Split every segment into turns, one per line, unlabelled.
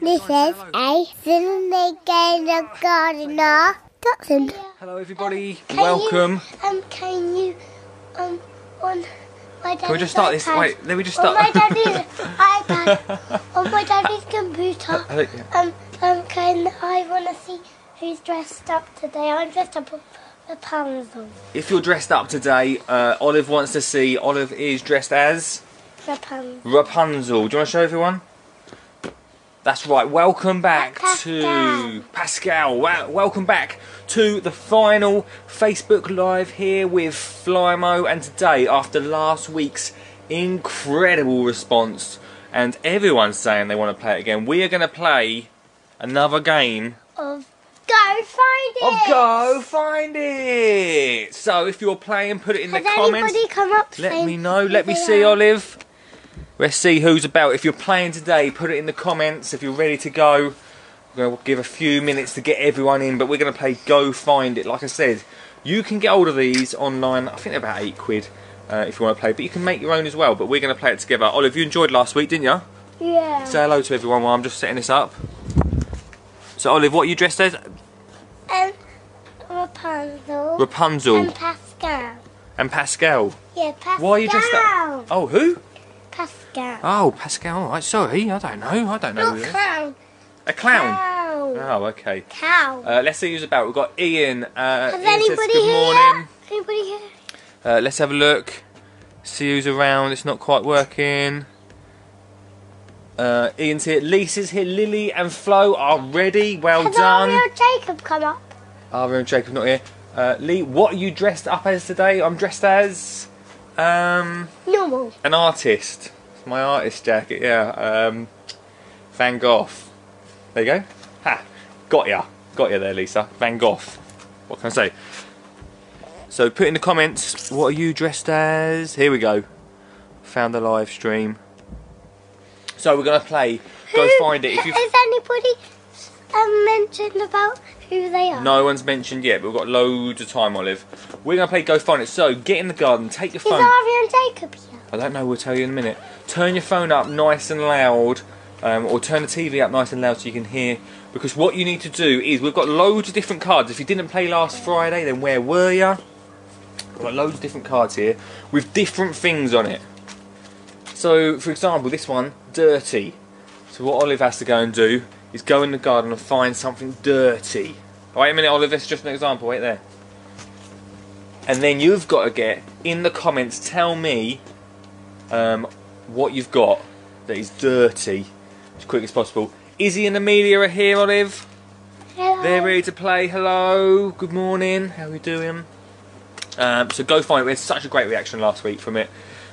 This is a Cinemaker Gardener Dachshund.
Hello, everybody.
Can you-
Welcome.
um, can you, um, on my daddy's
Can we just start this?
iPad-
Wait, let me just
On
start.
Oh my daddy's iPad, on my daddy's computer.
Hello, yeah.
Um, um, can I want to see who's dressed up today? I'm dressed up with Rapunzel.
If you're dressed up today, uh, Olive wants to see. Olive is dressed as
Rapunzel.
Rapunzel. Do you want to show everyone? That's right. Welcome back
Pascal.
to Pascal. Wow. Welcome back to the final Facebook Live here with Flymo. And today, after last week's incredible response, and everyone saying they want to play it again, we are going to play another game
Of Go Find It!
of Go Find It. So if you're playing, put it in
Has
the comments.
anybody come up
Let
saying
me know.
who
Let me
they
see,
are?
Olive. Let's see who's about. If you're playing today, put it in the comments. If you're ready to go, we're going to give a few minutes to get everyone in, but we're going to play Go Find It. Like I said, you can get hold of these online. I think they're about eight quid uh, if you want to play, but you can make your own as well. But we're going to play it together. Olive, you enjoyed last week, didn't you?
Yeah.
Say hello to everyone while I'm just setting this up. So, Olive, what are you dressed as?
Um, Rapunzel.
Rapunzel
and Pascal.
and Pascal.
Yeah, Pascal.
Why are you dressed up? Oh, who?
Pascal.
Oh, Pascal. All right, sorry. I don't know. I don't know.
Not
who it is.
clown.
A Oh, clown.
Cow.
Oh, okay.
Cow.
Uh, let's see who's about. We've got Ian. Uh,
Has
Ian says,
anybody
good
here?
morning.
Anybody here?
Uh, let's have a look. See who's around. It's not quite working. Uh, Ian's here. Lisa's here. Lily and Flo are ready. Well
Has
done.
Ariel Jacob come up?
Ariel and Jacob's not here. Uh, Lee, what are you dressed up as today? I'm dressed as um,
Normal.
an artist. It's my artist jacket. Yeah. Um, Van Gogh. There you go. Ha. Got ya. Got ya there, Lisa. Van Gogh. What can I say? So put in the comments. What are you dressed as? Here we go. Found the live stream. So we're gonna play. Go
Who-
find it. If you
Has anybody um, mentioned about who they are?
no one's mentioned yet, but we've got loads of time, Olive. We're gonna play Go Find It. So get in the garden. Take your
Is
phone.
Ariel Jacob here?
I don't know, we'll tell you in a minute. Turn your phone up nice and loud, um, or turn the TV up nice and loud so you can hear. Because what you need to do is we've got loads of different cards. If you didn't play last Friday, then where were you? We've got loads of different cards here with different things on it. So, for example, this one, dirty. So, what Olive has to go and do is go in the garden and find something dirty. Wait a minute, Olive, that's just an example. Wait there. And then you've got to get in the comments, tell me um, what you've got that is dirty as quick as possible. Izzy and Amelia are here, Olive.
Hello.
They're ready to play. Hello, good morning. How are we doing? Um, so go find it. We had such a great reaction last week from it.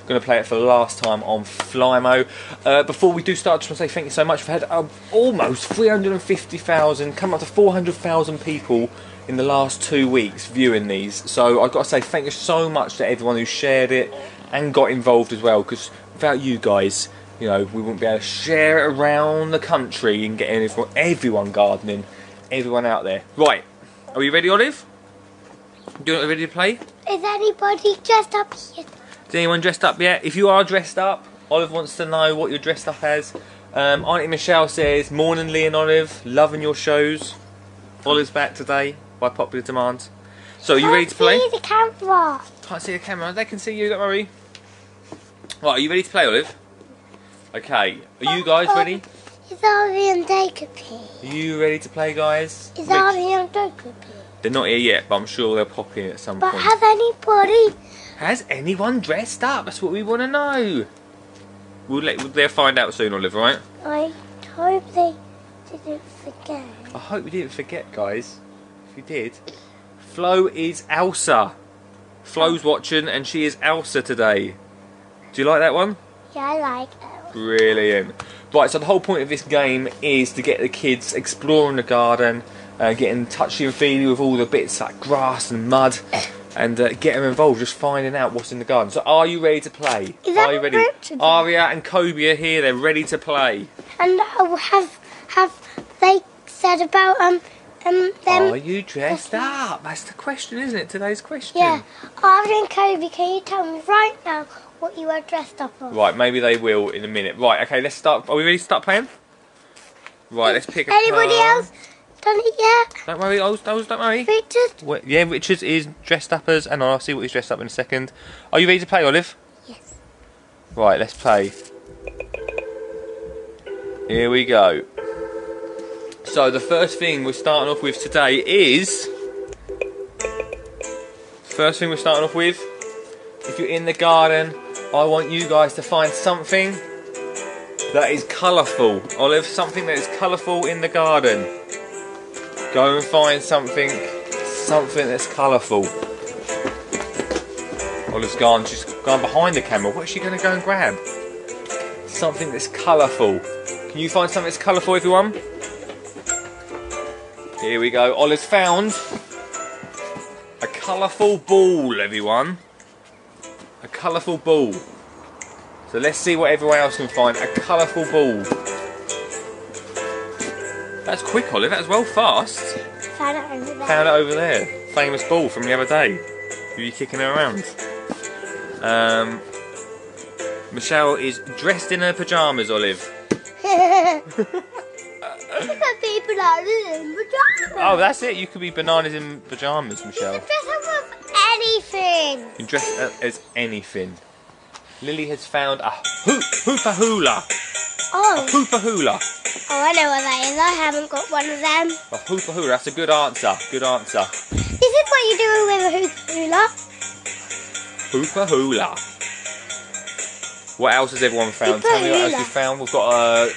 Going to play it for the last time on Flymo. Uh, before we do start, I just want to say thank you so much. We've had um, almost 350,000, come up to 400,000 people in the last two weeks viewing these. So I've got to say thank you so much to everyone who shared it and got involved as well. Because without you guys, you know, we wouldn't be able to share it around the country and get everyone, everyone gardening, everyone out there. Right, are you ready, Olive? Do you ready to play?
Is anybody dressed up here?
Is anyone dressed up yet? If you are dressed up, Olive wants to know what you're dressed up as. Um, Auntie Michelle says, Morning Lee and Olive, loving your shows. Olive's back today by popular demand. So, are you ready to play?
See the camera.
Can't see the camera, they can see you, don't worry. Right, are you ready to play, Olive? Okay, are you guys ready?
Is Ariel Jacob here?
Are you ready to play, guys?
Is
Rich-
Ariel Jacob here?
They're not here yet, but I'm sure they'll pop in at some
But
point.
has anybody
Has anyone dressed up? That's what we want to know. We'll let they'll find out soon, Olive. Right?
I hope they didn't forget.
I hope we didn't forget, guys. If you did, Flo is Elsa. Flo's
Oh.
watching, and she is Elsa today. Do you like that one?
Yeah, I like it.
Brilliant. Right, so the whole point of this game is to get the kids exploring the garden, uh, getting touchy and feely with all the bits like grass and mud, and uh, get them involved, just finding out what's in the garden. So, are you ready to play?
Is that
are you ready?
Richard?
Aria and Kobe are here. They're ready to play.
And oh, have have they said about um um
are
them?
you dressed up? That's the question, isn't it? Today's question.
Yeah, Arvin and Kobe, can you tell me right now what you are dressed up as?
Right, maybe they will in a minute. Right, okay, let's start. Are we ready to start playing? Right, let's pick a
Anybody
card.
else done it yet?
Don't worry, Oz, Oz, don't worry.
Richard?
Wait, yeah, Richards is dressed up as, and I'll see what he's dressed up in a second. Are you ready to play, Olive?
Yes.
Right, let's play. Here we go. So the first thing we're starting off with today is. First thing we're starting off with. If you're in the garden, I want you guys to find something that is colourful. Olive, something that is colourful in the garden. Go and find something, something that's colourful. Olive's gone. She's gone behind the camera. What's she going to go and grab? Something that's colourful. Can you find something that's colourful, everyone? Here we go. Olive's found a colourful ball, everyone. A colourful ball. So let's see what everyone else can find. A colourful ball. That's quick, Olive. That was well fast.
Found it over there.
Found it over there. Famous ball from the other day. Were you kicking her around? Um, Michelle is dressed in her pajamas, Olive.
Look at people are in pajamas.
Oh, that's it. You could be bananas in pajamas,
You
Michelle.
can dress up with anything.
You dress up as anything. Lily has found a hoop, hoopa hula,
Oh, oh,
hoopa hula,
I know what that is. I haven't got one of them.
a hoopa hula. That's a good answer. Good answer.
This is what you do with a hoo- hula.
Hoopa hula. What else has everyone found? Tell me what else
Hoopa
we
hula.
found. We've got a,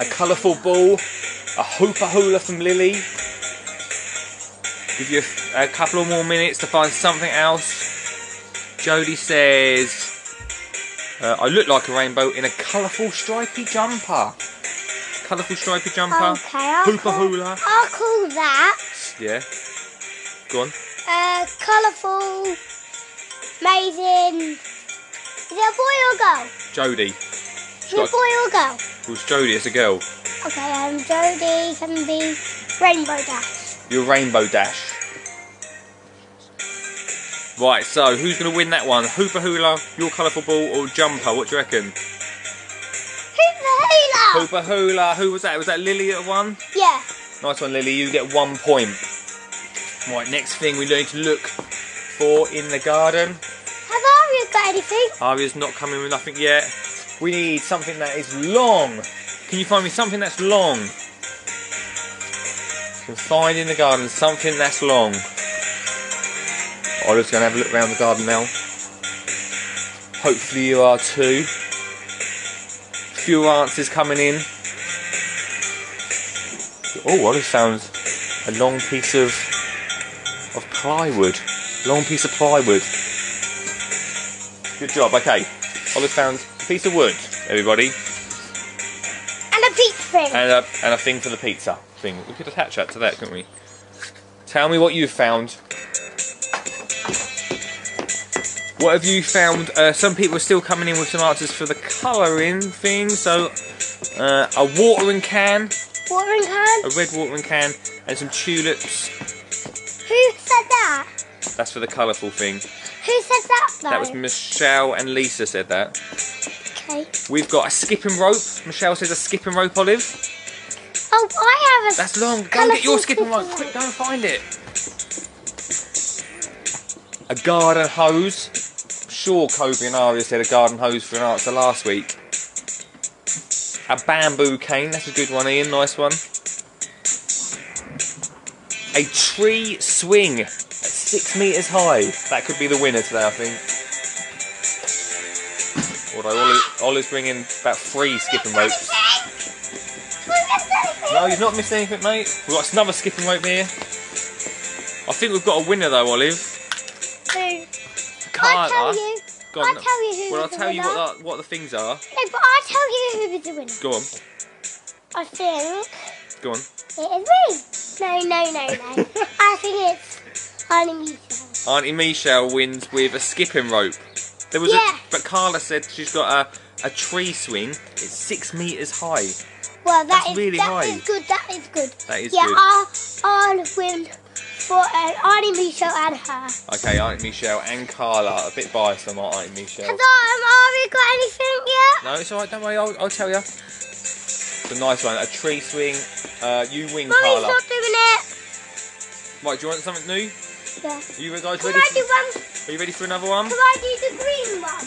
a colourful ball, a hoopa hula from Lily. Give you a, a couple of more minutes to find something else. Jodie says, uh, I look like a rainbow in a colourful stripy jumper. Colourful stripy jumper.
Okay, I'll
Hoopa
call,
hula.
I'll call that
Yeah. Go on.
a colourful, amazing. Is it a boy or girl?
Jodie.
Is it a
Got-
boy or girl?
It was Jodie, it's a girl.
Okay, um, Jodie can be Rainbow Dash.
your rainbow dash. Right, so who's going to win that one? Hooper hula, your colourful ball, or jumper? What do you reckon?
Hula hula!
Hooper hula. Who was that? Was that Lily that won?
Yeah.
Nice one, Lily. You get one point. Right, next thing we're going to look for in the garden.
Have Aria got anything?
Aria's not coming with nothing yet. We need something that is long. Can you find me something that's long? You can find in the garden something that's long. Olive's going to have a look around the garden now. Hopefully you are too. Few answers coming in. Oh, Olive found a long piece of of plywood. Long piece of plywood. Good job. Okay, Olive found a piece of wood, everybody,
And a peach ring.
and a and a thing for the pizza thing. We could attach that to that, couldn't we? Tell me what you found. What have you found? Uh, some people are still coming in with some answers for the colouring thing. So, uh, a watering can,
Watering can.
a red watering can, and some tulips.
Who said that?
That's for the colourful thing.
Who said that though?
That was Michelle and Lisa said that.
Okay.
We've got a skipping rope. Michelle says a skipping rope, Olive.
Oh, I have a.
That's long. Go and get your
Colourful
skipping rope.
skipping rope.
Quick, go and find it. A garden hose. Sure, Kobe and Aria said a garden hose for an answer last week. A bamboo cane. That's a good one, Ian. Nice one. A tree swing at six metres high. That could be the winner today, I think. Although Ollie, Ollie's bringing about three skipping ropes. No, you've not missed anything, mate. We've got another skipping rope here. I think we've got a winner though, Olive.
Who?
Carla.
I'll tell you.
Go on.
I'll tell you who
Well, I'll
was the
tell you
winner.
what the, what the things are.
No, but I'll tell you who was the winner.
Go on.
I think
Go on.
it is me. No, no, no, no. I think it's Arnie Mutual.
Auntie Michelle wins with a skipping rope. There was
Yeah.
a, but Carla said she's got a, a tree swing. It's six meters high.
Well, that
That's
is-
really
that
high.
is good. That is good.
That is
yeah,
good.
I'll, I'll win for uh, Arnie Michelle and her.
Okay, Auntie Michelle and Carla. A bit biased on our Auntie Michelle.
Has um, Ari got anything yet?
No, it's alright. Don't worry. I'll, I'll tell you. It's a nice one. A tree swing, uh, you win,
Mommy's
Carla.
not doing it.
Right, do you want something new?
Yeah.
Are you guys
Can
ready?
I
For,
do one?
are you ready for another one?
Can I do the green one?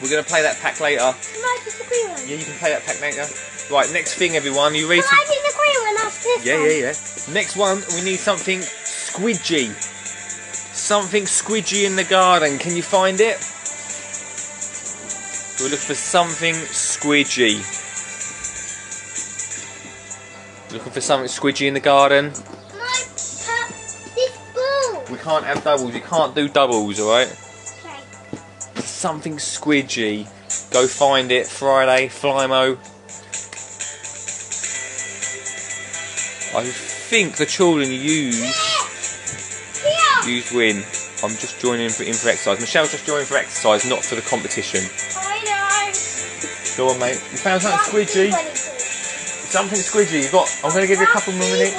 We're gonna play that pack later.
Can I do the green one?
Yeah, you can play that pack later. Right, next thing, everyone. You ready?
Can
To...
I do the green one after this
Yeah,
one?
yeah, yeah. Next one, we need something squidgy. Something squidgy in the garden. Can you find it? We're looking for something squidgy. Looking for something squidgy in the garden.
Can I put this ball?
We can't have doubles. You can't do doubles, alright?
Okay.
Something squidgy. Go find it. Friday, Flymo. I think the children use
Here.
use win. I'm just joining in for, in for exercise. Michelle's just joining for exercise, not for the competition.
I know.
Go on, mate. You found something squidgy. Something squidgy. You got. I'm gonna give you a couple more minutes.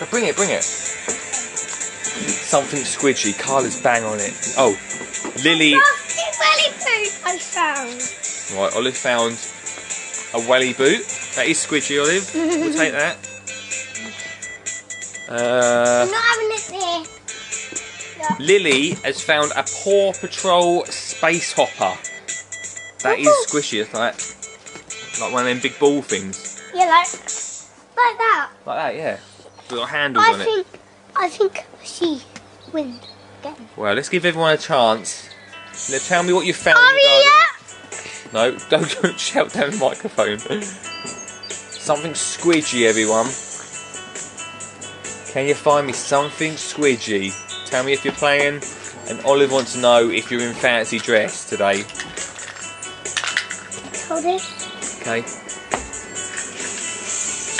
But bring it, bring it. Something squidgy. Carla's bang on it. Oh, Lily.
Frosted welly food I found.
Right, Olive found a welly boot. That is squidgy, Olive. We'll take that. Uh,
I'm not having it there.
Lily has found a Paw Patrol space hopper. That is squishy. It's like like one of them big ball things.
Yeah, like like that.
Like that, yeah. With got handles
I
on it.
think I think she wins again.
Well, let's give everyone a chance. Now tell me what you found. in the
Aria,
garden. No, don't, don't shout down the microphone. something squidgy, everyone. Can you find me something squidgy? Tell me if you're playing. And Olive wants to know if you're in fancy dress today.
hold it.
Okay.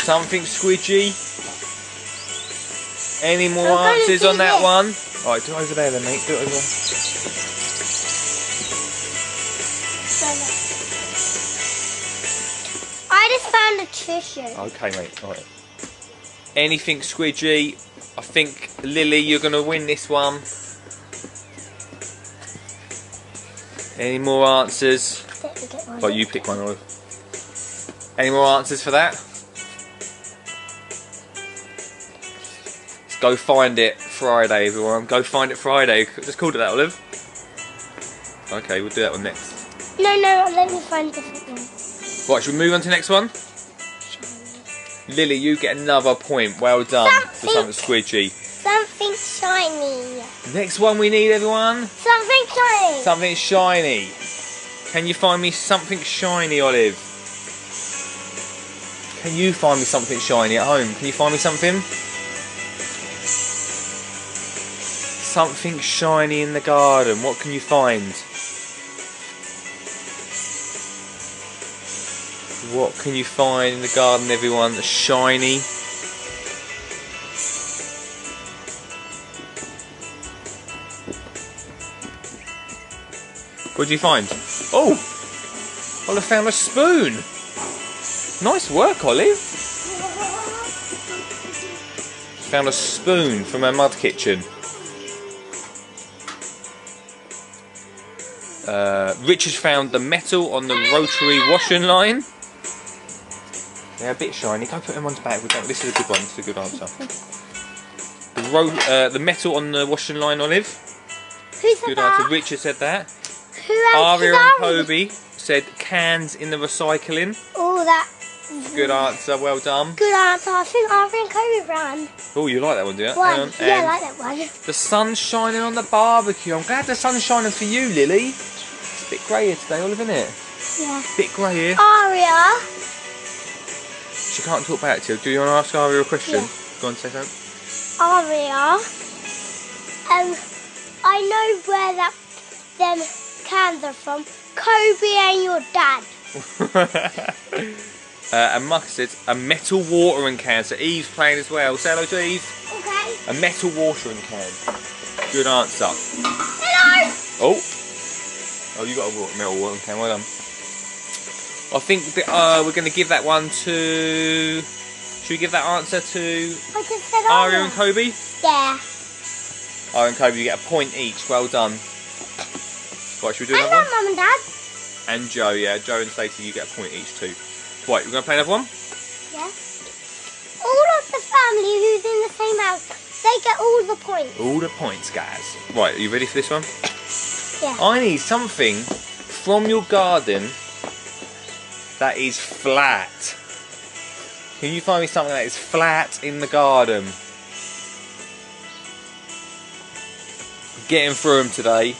Something squidgy. Any more
I'm gonna
answers
do
on that
this.
one? Alright, do it over there then, mate. Do it over there.
I just found a tissue.
Okay, mate. Alright. Anything squidgy? I think, Lily, you're going to win this one. Any more answers?
Let me get one.
Oh, you pick one, Olive. Any more answers for that? Go find it Friday, everyone. Go find it Friday. Just called it that, Olive. Okay, we'll do that one next.
No, no, let me find a different one.
Right, should we move on to the next one? Lily, you get another point. Well done for something squidgy.
Something shiny.
Next one we need, everyone.
Something shiny.
Something shiny. Can you find me something shiny, Olive? Can you find me something shiny at home? Can you find me something? Something shiny in the garden. What can you find? What can you find in the garden, everyone? That's shiny. What did you find? Oh! Olive found a spoon! Nice work, Olive! Found a spoon from her mud kitchen. Uh, Richard found the metal on the rotary washing line. They're a bit shiny. Can I put them on the back? We don't- This is a good one. This is a good answer. The, ro- uh, the metal on the washing line, Olive.
Who's
Good
that?
answer. Richard said that.
Who else
Aria
is
and
Ari?
Kobe said cans in the recycling.
Oh, that
Good answer, well done.
good answer. I think Aria and Kobe ran
Oh, you like that one, do you?
one.
Hang on.
yeah, I like that
And
one.
the sun's shining on the barbecue. I'm glad the sun's shining for you, Lily. It's a bit grey here today, Olive, isn't it?
Yeah.
bit grey here.
Aria,
She can't talk back to you. Do you want to ask Aria a question?
Yeah.
Go on, say something.
Aria. Um, I know where that them cans are from. Kobe and your dad.
uh, and Muck said a metal watering can. So Eve's playing as well. Say hello to Eve.
Okay.
A metal watering can. Good answer.
Hello.
Oh. Oh, you got a wa- metal one. Okay, well done. I think the, uh, we're going to give that one to. Should we give that answer to
I just said Aria.
Aria and Kobe?
Yeah.
Aria and Kobe, you get a point each. Well done. Right, should we do
I
another one?
love mum and dad.
And Joe, yeah. Joe and Stacey, you get a point each too. What, we're going to play another one?
Yeah. All of the family who's in the same house, they get all the points.
All the points, guys. Right, are you ready for this one?
Yeah.
I need something from your garden that is flat. Can you find me something that is flat in the garden? Getting through them today.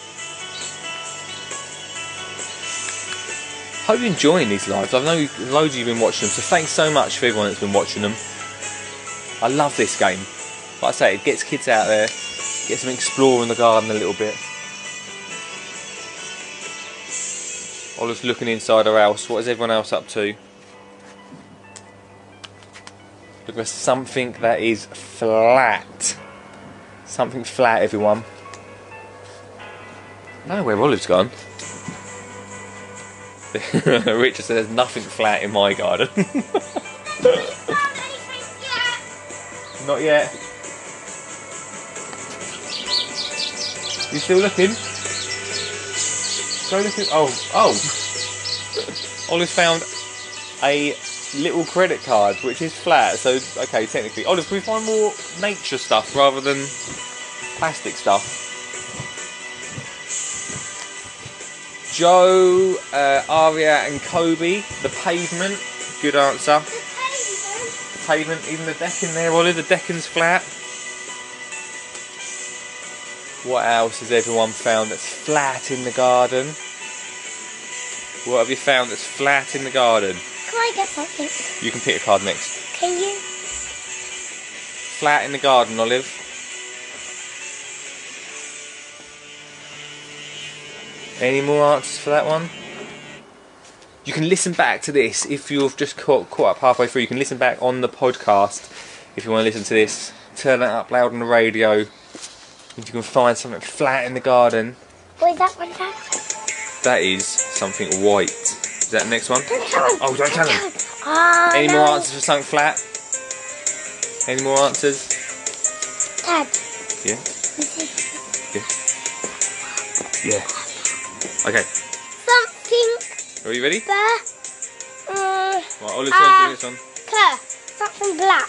Hope you're enjoying these lives. I know you- loads of you've been watching them, so thanks so much for everyone that's been watching them. I love this game. Like I say, it gets kids out there, gets them exploring the garden a little bit. I was looking inside our house. What is everyone else up to? Look for something that is flat. Something flat, everyone. I don't know where Olive's gone. Richard said there's nothing flat in my garden. Not yet. You still looking? Go looking. Oh, oh. Olive's found a little credit card which is flat. So okay, technically, Olive, can we find more nature stuff rather than plastic stuff? Joe, uh, Aria, and Kobe. The pavement. Good answer pavement, even the deck in there, Ollie. The decking's flat. What else has everyone found that's flat in the garden? What have you found that's flat in the garden?
Can I get something?
You can pick a card next.
Can you?
Flat in the garden, Olive. Any more answers for that one? You can listen back to this if you've just caught, caught up halfway through. You can listen back on the podcast if you want to listen to this. Turn it up loud on the radio. If you can find something flat in the garden,
What is that one down?
that is something white. Is that the next one?
Don't tell him.
Oh, don't tell him.
Ah,
Any
no.
more answers for something flat? Any more answers?
Dad,
Yeah.
this is
Yeah. Okay.
something
Are you ready?
bur- uh,
Right, Olive's
Ah.
on, Olive's on.
clear. Something black.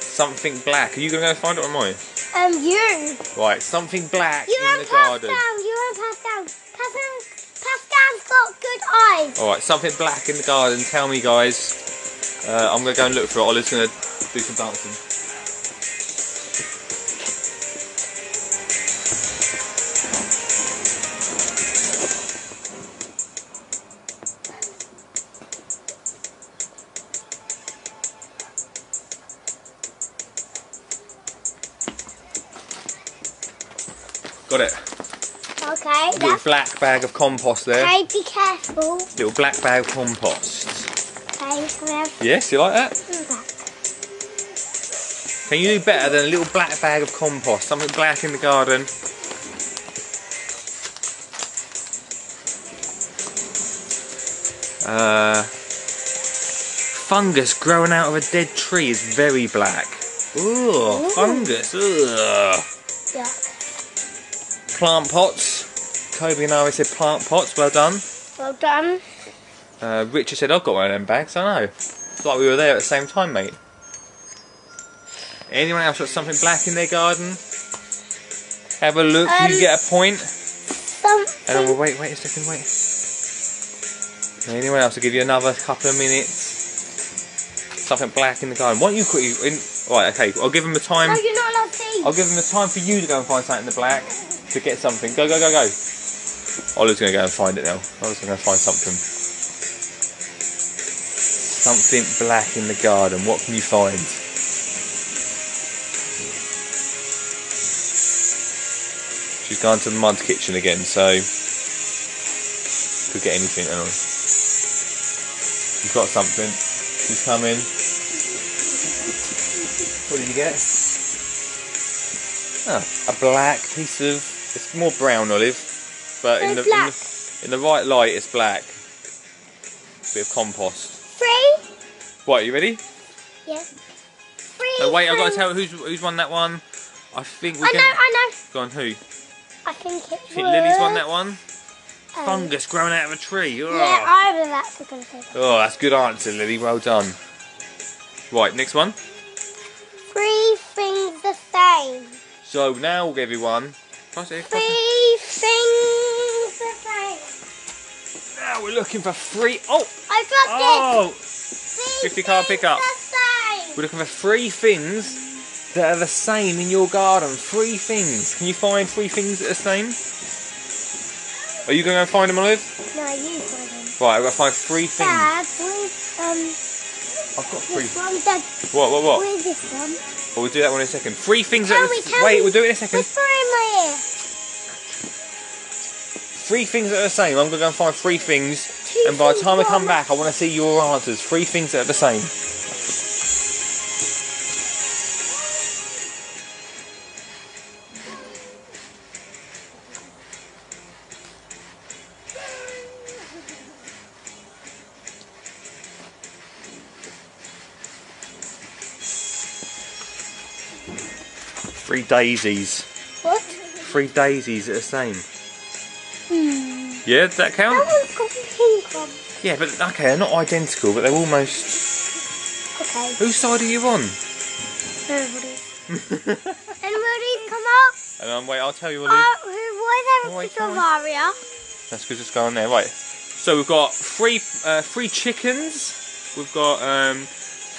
Something black. Are you going to go find it or am I?
Um, you.
Right, something black
You
in
and
the garden.
Pascal. You and Pascal. Pascal. Pascal's got good eyes.
All right, something black in the garden. Tell me, guys. Uh, I'm gonna go and look for it. Olive's gonna do some dancing. Got it.
Okay.
Little
That's
black bag of compost there.
okay. Be careful.
Little black bag of compost.
Okay. Can I have
Yes, you like that?
some back?
Can you do better than a little black bag of compost? Something black in the garden. Uh, fungus growing out of a dead tree is very black. Ooh,
Ooh.
fungus. Ugh.
Yeah.
Plant pots. Kobe and I said plant pots. Well done.
Well done.
Uh, Richard said, I've got one of them bags, I know. It's like we were there at the same time, mate. Anyone else got something black in their garden? Have a look,
Um,
you get a point. And then
Something.
we'll wait, wait a second, wait. Anyone else? I'll give you another couple of minutes. Something black in the garden. Why don't you quickly. In, right, okay, I'll give them a time.
No, you're not allowed to eat.
I'll give them the time for you to go and find something in the black to get something. Go, go, go, go. Ola's gonna go and find it now. Ola's gonna go find something. Something black in the garden. What can you find? She's gone to the mud kitchen again, so could get anything on. You've got something. She's coming. What did you get? Oh, a black piece of. It's more brown olive, but in
It's
the,
black.
in the in the right light, it's black. Bit of compost.
Three.
Right, you ready?
Yeah. Three.
No, Uh, wait, I've got
times-
to tell who's who's won that one. I think we
I know.
can.
I know.
Go on, who?
I think it
Think Lily's won that
was-
one. fungus growing out of a tree. Ugh.
Um, Yeah, I know that's a good thing.
Oh, that's a good answer, Lily. Well done. Right, next one.
Three things the same.
So now, everyone. Can I say- can I say-
Three things the same.
Now we're looking for three. Oh,
I dropped it.
oh!
Three
Fifty can't pick
things
up.
The
We're
same.
looking for three things that are the same in your garden. Three things. Can you find three things that are the same? Are you going to go and find them, Olive?
No, you find them.
Right, I've got to find three things.
Dad, where's um
I've got three.
this one? Dad,
What, what, what?
where's this one?
Well, we'll do that one in a second. Three things that
Can
are...
we- can
Wait,
we-
we'll do it in a second.
Whisper in my ear.
Three things that are the same. I'm going to go and find three things.
Two
And by the
things
time I come
one-
back, I want to see your answers. Three things that are the same. Three daisies.
What?
Three daisies that are the same.
Hmm.
Yeah, does that count?
That one's got pink on.
Yeah, but okay, they're not identical, but they're almost.
Okay.
Whose side are you on?
Everybody's. Everybody's come up.
And um, wait, I'll tell you what. it is.
Uh, who was
Oh,
ever
wait,
picked of
sorry.
Aria?
That's because it's going there, right? So we've got three, uh, three chickens. We've got um,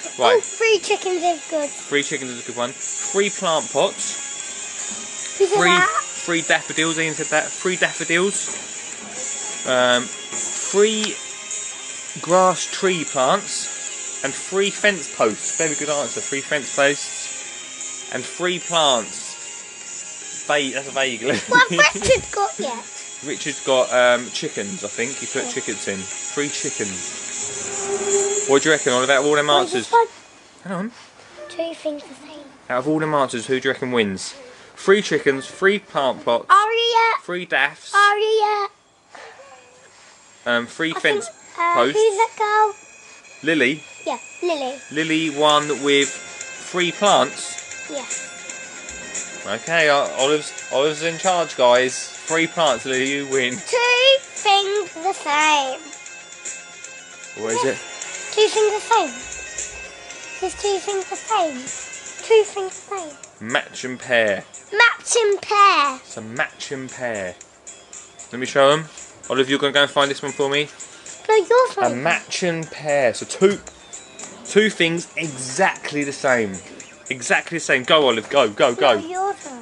Oh,
right,
three chickens is good.
three chickens is a good one. Three plant pots.
Who said
Three,
that?
three daffodils. Ian said that. Three daffodils. Um, three grass tree plants, and three fence posts. Very good answer. Three fence posts, and three plants. Va- that's a vague.
What Richard got yet?
Richard's got um, chickens, I think. He put chickens in. Three chickens. What do you reckon? Out of all them
Wait, this
answers,
one.
hang on.
Two things the same.
Out of all them answers, who do you reckon wins? Three chickens, three plant plots,
Aria.
three daffs,
Aria.
um, three
Uh, I
fence
think, uh,
posts.
Who's that girl?
Lily,
Yeah, Lily.
Lily won with three plants.
Yeah.
Okay, O- Olive's Olive's in charge, guys. Three plants, Lily, you win.
Two things the same.
What is it?
Two things the same. There's two things the same. Two things the same.
Match and pair.
Matching pair.
It's a match and pair. Let me show them. Olive, you're gonna go and find this one for me.
No, you're
A
fine.
match and pair. So two two things exactly the same. Exactly the same. Go Olive, go, go,
No,
go.
you're fine.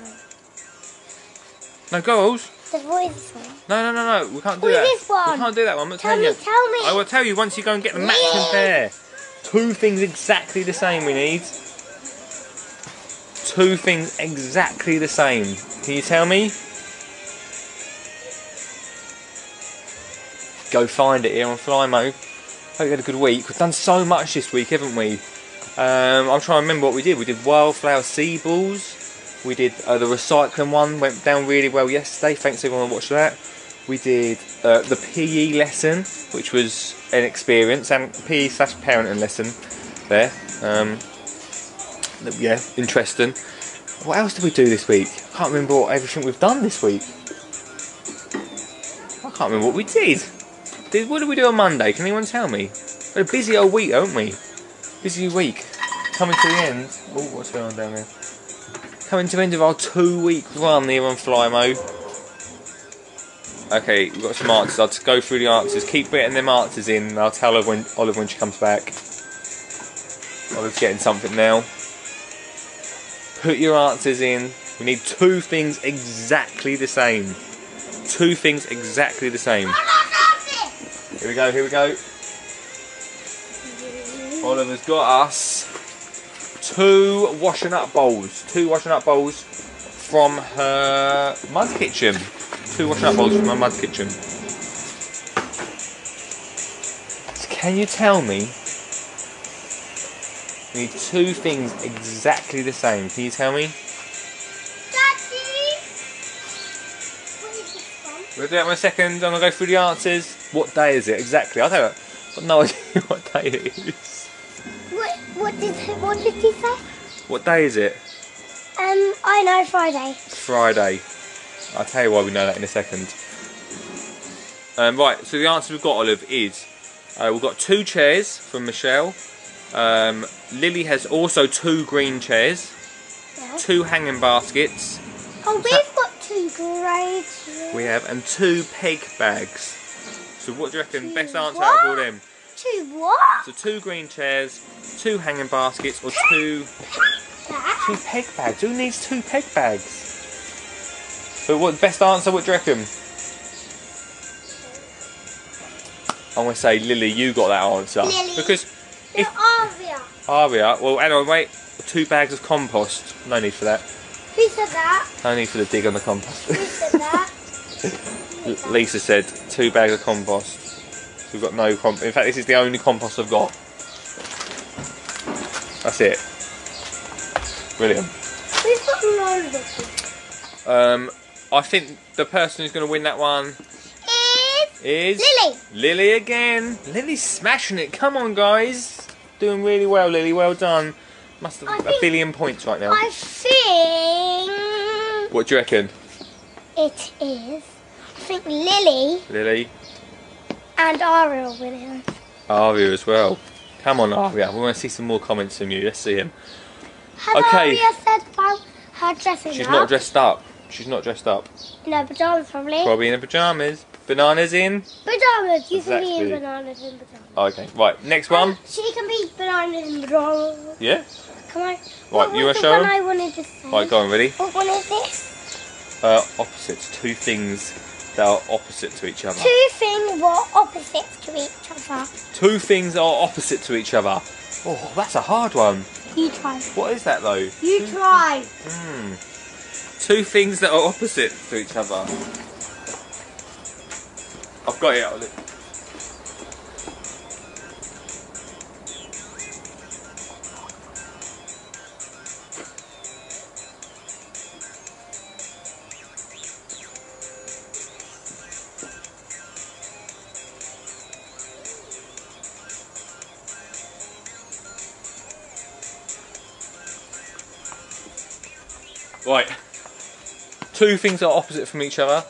No goals.
There's always this one.
No no no no. We can't do
What is
that.
this one?
We can't do that one. I'm not
Tell
telling
me,
you.
tell me.
I will tell you once you go and get the match and pair. Two things exactly the same we need. Two things exactly the same. Can you tell me? Go find it here on Flymo. Hope you had a good week. We've done so much this week, haven't we? Um, I'm trying to remember what we did. We did wildflower sea balls. We did uh, the recycling one. Went down really well yesterday. Thanks everyone who watched that. We did uh, the PE lesson, which was an experience, and PE slash parenting lesson there. Um, th- yeah, interesting. What else did we do this week? I can't remember what everything we've done this week. I can't remember what we did. did what did we do on Monday? Can anyone tell me? We had a busy old week, haven't we? Busy week. Coming to the end. Oh, what's going on down there? Coming to the end of our two week run here on Flymo. Okay, we've got some answers. I'll just go through the answers. Keep getting them answers in, and I'll tell Olive when, Olive when she comes back. Olive's getting something now. Put your answers in. We need two things exactly the same. Two things exactly the same. Here we go, here we go. Oliver's got us two washing up bowls. Two washing up bowls from her mud kitchen. Two washing up bowls from her mud kitchen. Can you tell me? We need two things exactly the same. Can you tell me?
Daddy. What is this one?
We'll do that in a second. I'm gonna go through the answers. What day is it exactly? I don't. I've got no idea what day it is.
What, what, did, what did he say?
What day is it?
Um, I know Friday.
Friday. I'll tell you why we know that in a second. Um, right, so the answer we've got, Olive, is uh, we've got two chairs from Michelle. Um, Lily has also two green chairs,
Yeah.
two hanging baskets
Oh, we've got two grades.
we have, and two peg bags. So what do you reckon? Best answer out of all
What?
them.
Two what?
So two green chairs, two hanging baskets, or two two peg bags. Who needs two peg bags? But what best answer? What do you reckon? I'm gonna say Lily. You got that answer
Lily.
because
There
If-
are we are.
ah, we are. Well, hang on, wait. Two bags of compost. No need for that.
Who said that?
No need for the dig on the compost.
Who said that?
Lisa said two bags of compost. We've got no comp. In fact, this is the only compost I've got. That's it. Brilliant.
We've got loads of them.
Um, I think the person who's going to win that one
Is
is
Lily.
Lily again. Lily's smashing it. Come on, guys. Doing really well, Lily. Well done. Must
I
have a
think-
billion points right now.
I think
What do you reckon,
it is. I think Lily
Lily?
and Ari are winning.
Aria as well. Come on, Aria. We want to see some more comments from you. Let's see him.
Has
Okay.
Aria said about her dressing
She's
up?
not dressed up. She's not dressed up.
in her pajamas probably.
Probably in her pajamas. Bananas in.
Pajamas. You can be
Exactly.
in bananas in pajamas. Ah,
Okay, right. Next one.
She can be bananas in pajamas.
Yeah.
Come on.
Right,
What
you
was
wanna
the
show
one
her?
I wanted to say?
Right, go on. Ready?
What one is this?
Uh, opposites. Two things that are opposite to each other.
Two things were opposites to each other.
Two things are opposite to each other. Oh, that's a hard one.
You try.
What is that though?
You try.
Hmm. Two things that are opposite to each other. I've got it. Ollie. Right. Two things that are opposite from each other: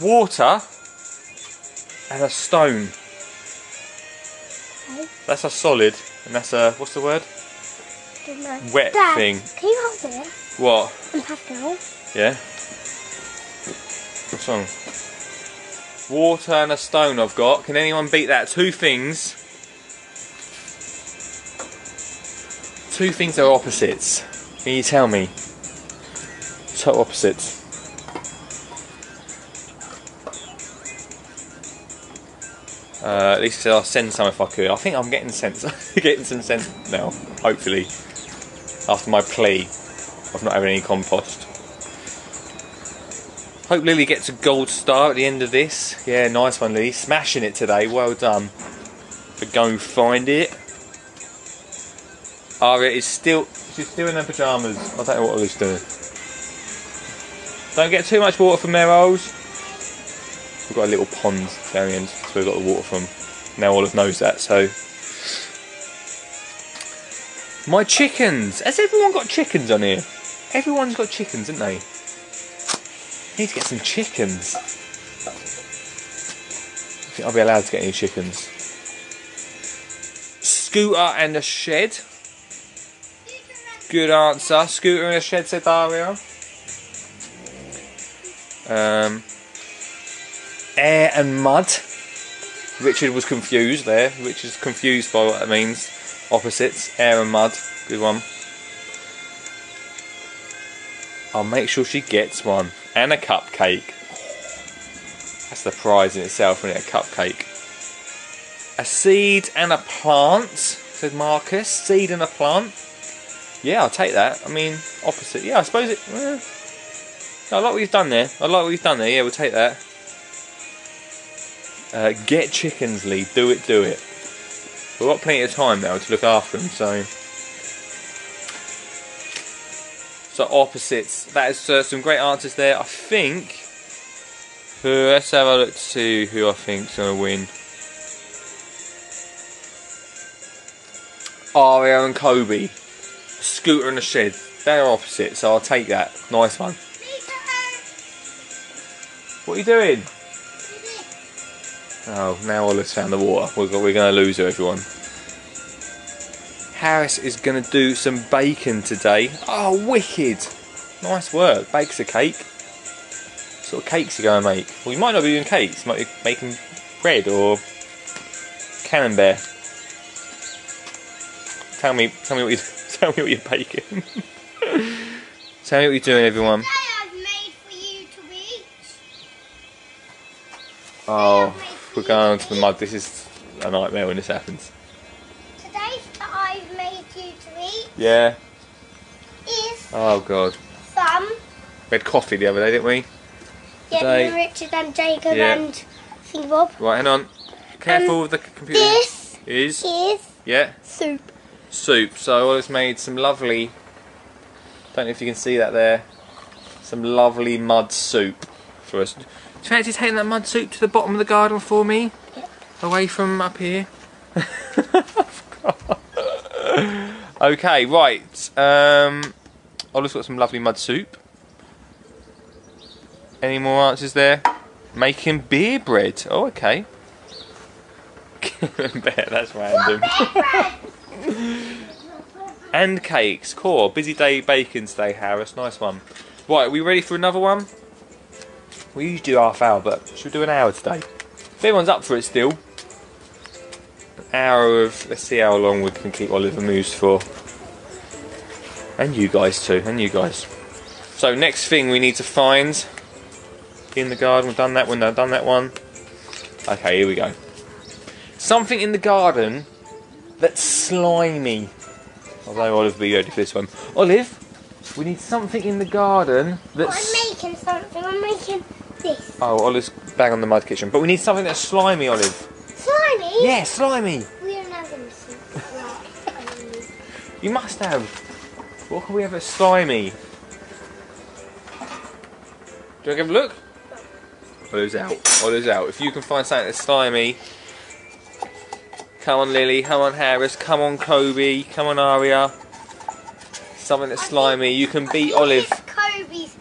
water and a stone.
Okay.
That's a solid, and that's a what's the word?
Don't know.
Wet
Dad,
thing.
Can you hold it?
What?
And Pascal.
Yeah. What's wrong? Water and a stone. I've got. Can anyone beat that? Two things. Two things that are opposites. Can you tell me? Total opposites. Uh, Lisa said I'll send some if I could. I think I'm getting sense, getting some sense now. Hopefully, after my plea of not having any compost. Hope Lily gets a gold star at the end of this. Yeah, nice one, Lily. Smashing it today. Well done. But go and find it. Aria is still. She's still in her pyjamas. I don't know what Lily's doing. Don't get too much water from their holes. We've got a little pond down the end, so we've got the water from. Now Olive knows that, so. My chickens! Has everyone got chickens on here? Everyone's got chickens, haven't they? Need to get some chickens. I think I'll be allowed to get any chickens. Scooter and a shed. Good answer. Scooter and a shed, said Dario. Um, air and mud. Richard was confused there. Richard's confused by what that means. Opposites, air and mud. Good one. I'll make sure she gets one. And a cupcake. That's the prize in itself, isn't it? A cupcake. A seed and a plant, said Marcus. Seed and a plant. Yeah, I'll take that. I mean, opposite. Yeah, I suppose it. eh. I like what you've done there. I like what you've done there. Yeah, we'll take that. Uh, get chickens, Lee. Do it, do it. We've got plenty of time now to look after them, so. So opposites. That is uh, some great answers there. I think. Who? Let's have a look to see who I think's gonna win. Ario and Kobe. Scooter and a shed. They're opposite, so I'll take that. Nice one. What are you doing? Oh, now Olive's found the water. We're, go- we're going to lose her, everyone. Harris is going to do some baking today. Oh, wicked! Nice work. Bakes a cake. What sort of cakes you going to make? Well, you might not be doing cakes. You might be making bread or camembert. Tell me, tell me what you, tell me what you're baking. tell me what you're doing, everyone.
I've made for you to eat.
Oh, we're going onto the mud. This is a nightmare when this happens.
Today that I've made you to eat
Yeah.
is
Oh god.
some.
We had coffee the other day, didn't we? Today-
Yeah, me, Richard and Jacob
Yeah.
and Thingy Bob.
Right, hang on. Careful
Um,
with the c- computer.
This
Is
is
yeah
soup.
soup. So Olive's made some lovely. Don't know if you can see that there. Some lovely mud soup for us. Do you fancy taking that mud soup to the bottom of the garden for me? Away from up here. okay, right. Um, Olive's got some lovely mud soup. Any more answers there? Making beer bread. Oh, okay. Bet that's random. and cakes. Cool. Busy day baking today, Harris. Nice one. Right, we ready for another one? We usually do half hour, but should we do an hour today? If everyone's up for it still. An hour of let's see how long we can keep Oliver Moose for. And you guys too, and you guys. So next thing we need to find in the garden, we've done that one, I've done that one. Okay, here we go. Something in the garden that's slimy. Although Olive will be ready for this one. Olive, we need something in the garden that's
I'm making something. I'm making this
Oh, Olive's bang on the mud kitchen. But we need something that's slimy, Olive.
slimy.
Yeah, slimy.
We are not going to see that.
You must have. What can we have that's slimy? Do you want to give a look? Olive's out. Olive's out. If you can find something that's slimy. Come on, Lily. Come on, Harris. Come on, Kobe. Come on, Aria. Something that's slimy. You can beat Olive.
It's Kobe's.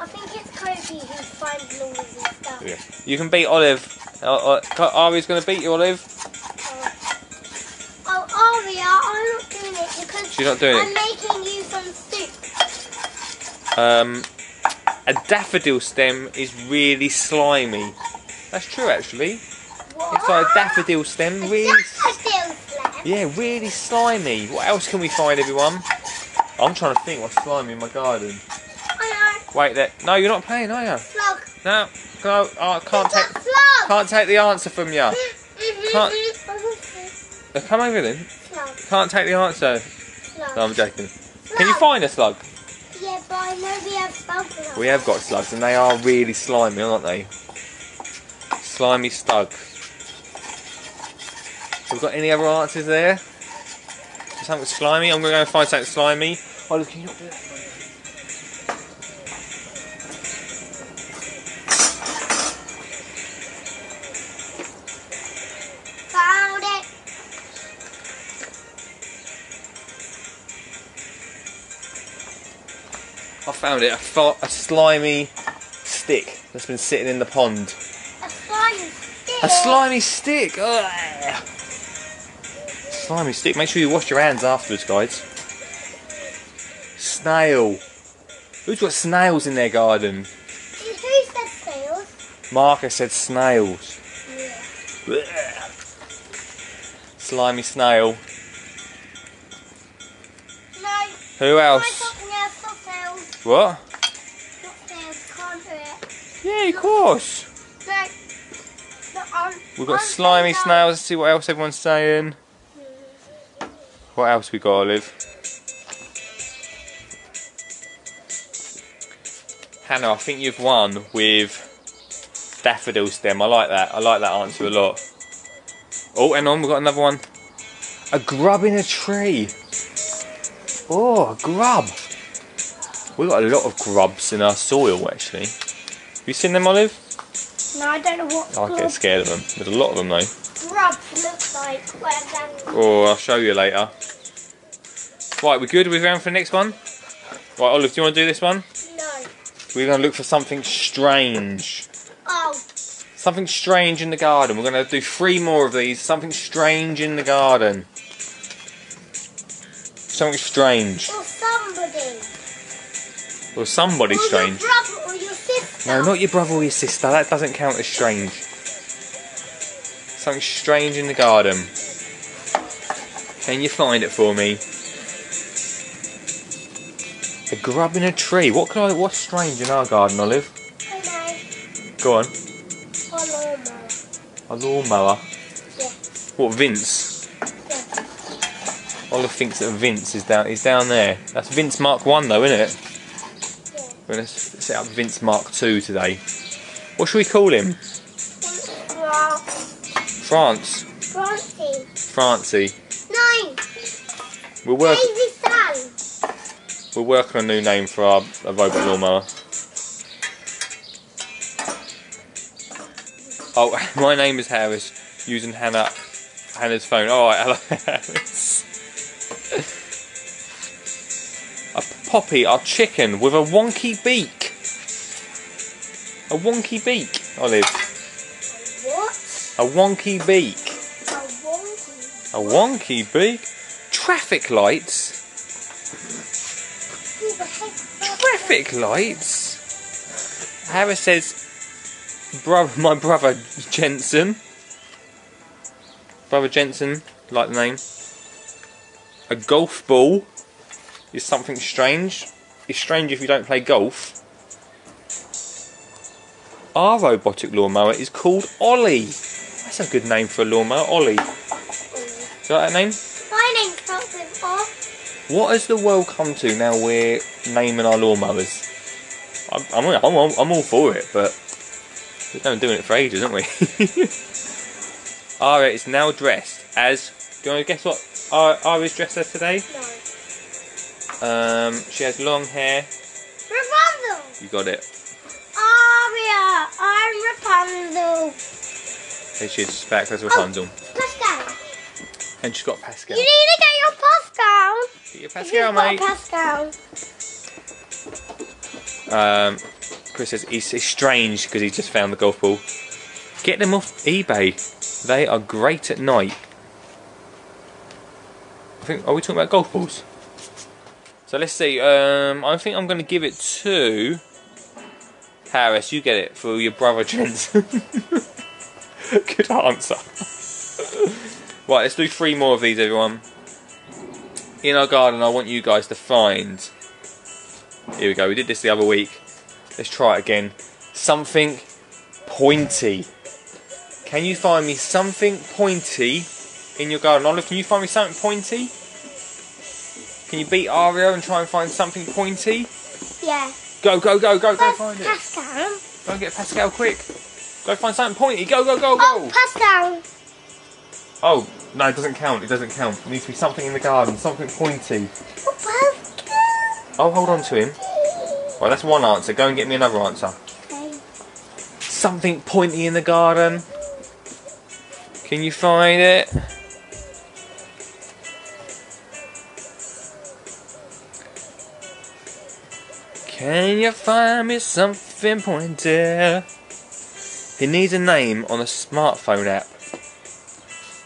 I think it's Kobe who's finding all of this stuff.
Yeah. You can beat Olive. Uh, uh, Aria's going to beat you, Olive.
Uh, Oh, Aria, I'm not doing it because
She's not doing
I'm
it.
making you some soup.
Um, a daffodil stem is really slimy. That's true, actually.
What?
It's like a daffodil stem, really,
Daffodil flame.
yeah, really slimy. What else can we find, everyone? I'm trying to think what's slimy in my garden.
I know.
Wait, there. No, you're not playing, are you?
Flog.
No, no, I can't
It's a
take,
flog.
can't take the answer from you. Can't- Come over then.
Flog.
Can't take the answer.
Flog.
No, I'm joking. Can you find a slug?
Yeah, but I know we have both of them.
We have got slugs, and they are really slimy, aren't they? Slimy slug. Have we got any other answers there? Something slimy? I'm going to go and find something slimy. Oh, look, can you not do that?
Found it.
I found it. A, fo- a slimy stick that's been sitting in the pond.
A slimy stick.
A slimy stick! Ugh. Slimy stick. Make sure you wash your hands afterwards, guys. Snail. Who's got snails in their garden?
Who said snails?
Marcus said snails.
Yeah.
Slimy snail.
No.
Who
I
else?
thought, yeah, it's not snails.
What?
Not snails. Can't do it.
Yeah, of course.
No. No, I'm,
We've got
I'm
slimy
saying
snails. Let's see what else everyone's saying. What else we got, Olive? Hannah, I think you've won with daffodil stem. I like that. I like that answer a lot. Oh, hang on, we've got another one. A grub in a tree. Oh, a grub. We've got a lot of grubs in our soil, actually. Have you seen them, Olive?
no. No, I don't know what
I get scared of them. There's a lot of them though.
grub looks like. Where them.
Oh, I'll show you later. Right, we're good. We're going for the next one. Right, Olive, do you want to do this one?
No.
We're going to look for something strange.
Oh.
Something strange in the garden. We're going to do three more of these. Something strange in the garden. Something strange.
Or somebody.
Or somebody
or
strange.
Your brother or your sister.
No, not your brother or your sister. That doesn't count as strange. Something strange in the garden. Can you find it for me? A grub in a tree. What can I? What's strange in our garden, Olive?
I
Go on.
know. Or Norma.
A lawnmower.
Yeah.
What Vince?
Yeah.
Olive thinks that Vince is down. He's down there. That's Vince Mark One, though, isn't it?
Yeah.
We're gonna s- set up Vince Mark Two today. What should we call him?
Bra-
France.
Bronte.
Francie.
Nine.
We're working.
Baby son.
We're working on a new name for our, our robot lawnmower. Oh, my name is Harris. Using Hannah, Hannah's phone. All right, hello, Harris. A poppy, our chicken, with a wonky beak. A wonky beak, Olive.
What?
A wonky beak.
A wonky.
A wonky beak. Traffic lights.
Who the heck does
Traffic lights. Harris says, "Bro, my brother Jensen. Brother Jensen, like the name. A golf ball is something strange. It's strange if you don't play golf. Our robotic lawnmower is called Ollie. That's a good name for a lawnmower, Ollie. Do
that?
you like that name?
My name starts with R.
What has the world come to now we're naming our lawnmowers? I'm, I'm, all- I'm, all- I'm all for it, but we've been doing it for ages, haven't we? Ara is now dressed as. Do you want to guess what Ara, Ara is dressed as today?
No.
Um, she has long hair.
Rapunzel.
You got it.
Aria. I'm Rapunzel.
And she's back as Rapunzel.
Pascal.
And she's got Pascal.
Oh. You need to get your Pascal.
Get
If
your
you've
Pascal,
got
mate.
Pascal.
Um, Chris says he's, he's strange because he just found the golf ball. Get them off eBay. They are great at night. I think. Are we talking about golf balls? So let's see. Um, I think I'm going to give it to Harris. You get it for your brother Jensen. Good answer. right, let's do three more of these, everyone. In our garden, I want you guys to find. Here we go. We did this the other week. Let's try it again. Something pointy. Can you find me something pointy in your garden? Olive, can you find me something pointy? Can you beat Ario and try and find something pointy?
Yeah.
Go, go, go, go, go
First
find it.
Pascal.
Go and get Pascal quick. Go find something pointy. Go, go, go,
Oh,
go.
Pascal.
Oh, no, it doesn't count. It doesn't count. It needs to be something in the garden, something pointy.
Oh, Pascal.
Oh, hold on to him. Well, that's one answer. Go and get me another answer.
Okay.
something pointy in the garden. Can you find it? Can you find me something pointy? It needs a name on a smartphone app.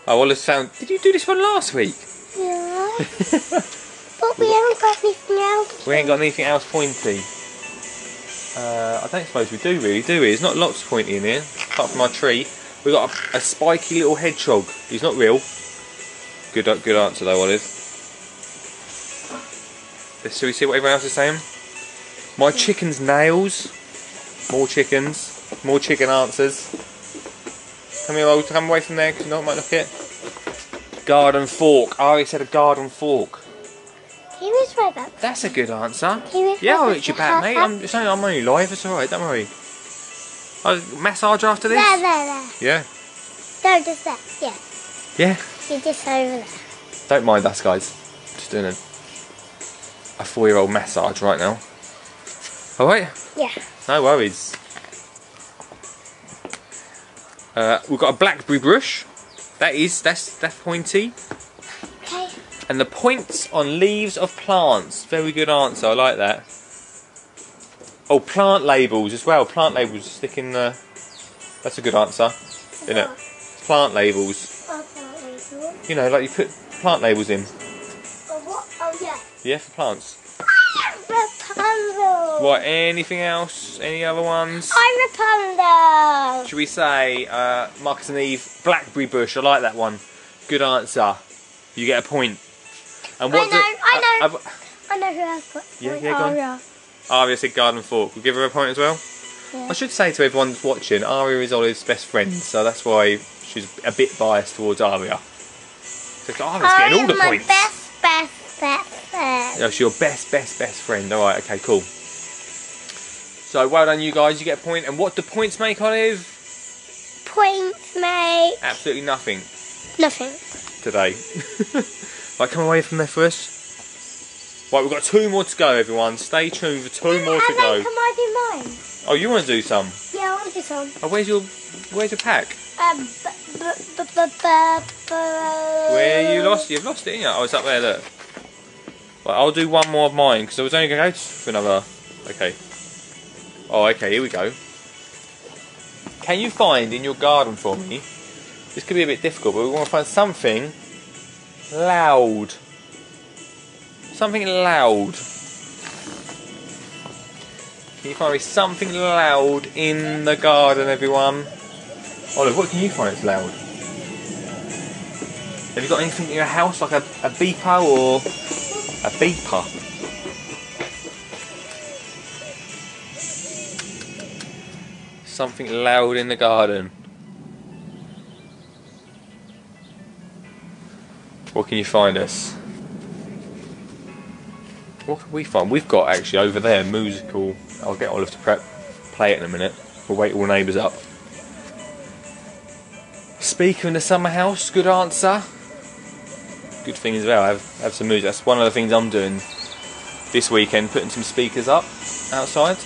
Oh, well, it's found. Did you do this one last week?
Yeah. But we haven't got anything else.
We ain't got anything else pointy. Uh, I don't suppose we do really, do we? There's not lots pointy in here, apart from our tree. We've got a, a spiky little hedgehog. He's not real. Good uh, good answer though, Olive. Let's, shall we see what everyone else is saying? My chicken's nails. More chickens. More chicken answers. Come here, old, come away from there, because no one might look it. Garden fork. Ari said a garden fork.
He was right back.
That's a good answer.
He was
Yeah, I'll
right
reach you back, mate. I'm it's only, I'm only live. It's all right. Don't worry. I'll massage after this.
There, there, there.
Yeah,
No, just there. Yeah.
yeah.
You're just over there.
Don't mind us, guys. Just doing a, a four-year-old massage right now. All right.
Yeah.
No worries. Uh, we've got a blackberry brush. That is that's that's pointy.
Okay.
And the points on leaves of plants. Very good answer. I like that. Oh, plant labels as well. Plant labels. Stick in the That's a good answer, isn't it? Plant labels. You know, like you put plant labels in.
Oh, what? Oh, yeah.
Yeah, for plants.
Rapunzel.
What? Anything else? Any other ones?
I'm Rapunzel.
Should we say uh, Marcus and Eve blackberry bush? I like that one. Good answer. You get a point. And
I know, I know.
uh, I've-
I know who else. What?
Yeah,
what-
yeah, go on.
Aria.
Aria said garden fork. We'll give her a point as well.
Yeah.
I should say to everyone that's watching, Aria is Olive's best friend, so that's why she's a bit biased towards Aria. So it's Aria's getting all
I'm
the
my
points.
best, best, best friend.
Yeah, she's your best, best, best friend. All right, okay, cool. So well done, you guys. You get a point. And what do points make, Olive?
Points, mate.
Absolutely nothing
Nothing.
today. right, come away from there for us. Right, we've got two more to go, everyone. Stay tuned for two more to
and then
go.
can I do mine?
Oh, you want to do some?
Yeah, I want to do some.
Oh, where's your, where's your pack?
Um, b- b- b- b- b- b-
Where you lost? You've lost it, ain't you? Oh, it's up there. Look. Right, I'll do one more of mine because I was only going to go for another. Okay. Oh, okay. Here we go. Can you find in your garden for me? This could be a bit difficult, but we want to find something loud. Something loud. Can you find me something loud in the garden, everyone? Olive, what can you find that's loud? Have you got anything in your house, like a, a beeper or a beeper? Something loud in the garden. What can you find us? What can we find? We've got actually over there musical. I'll get Olive to prep, play it in a minute. We'll wait all neighbours up. Speaker in the summer house. Good answer good thing as well. Have have some music. That's one of the things I'm doing this weekend, putting some speakers up outside.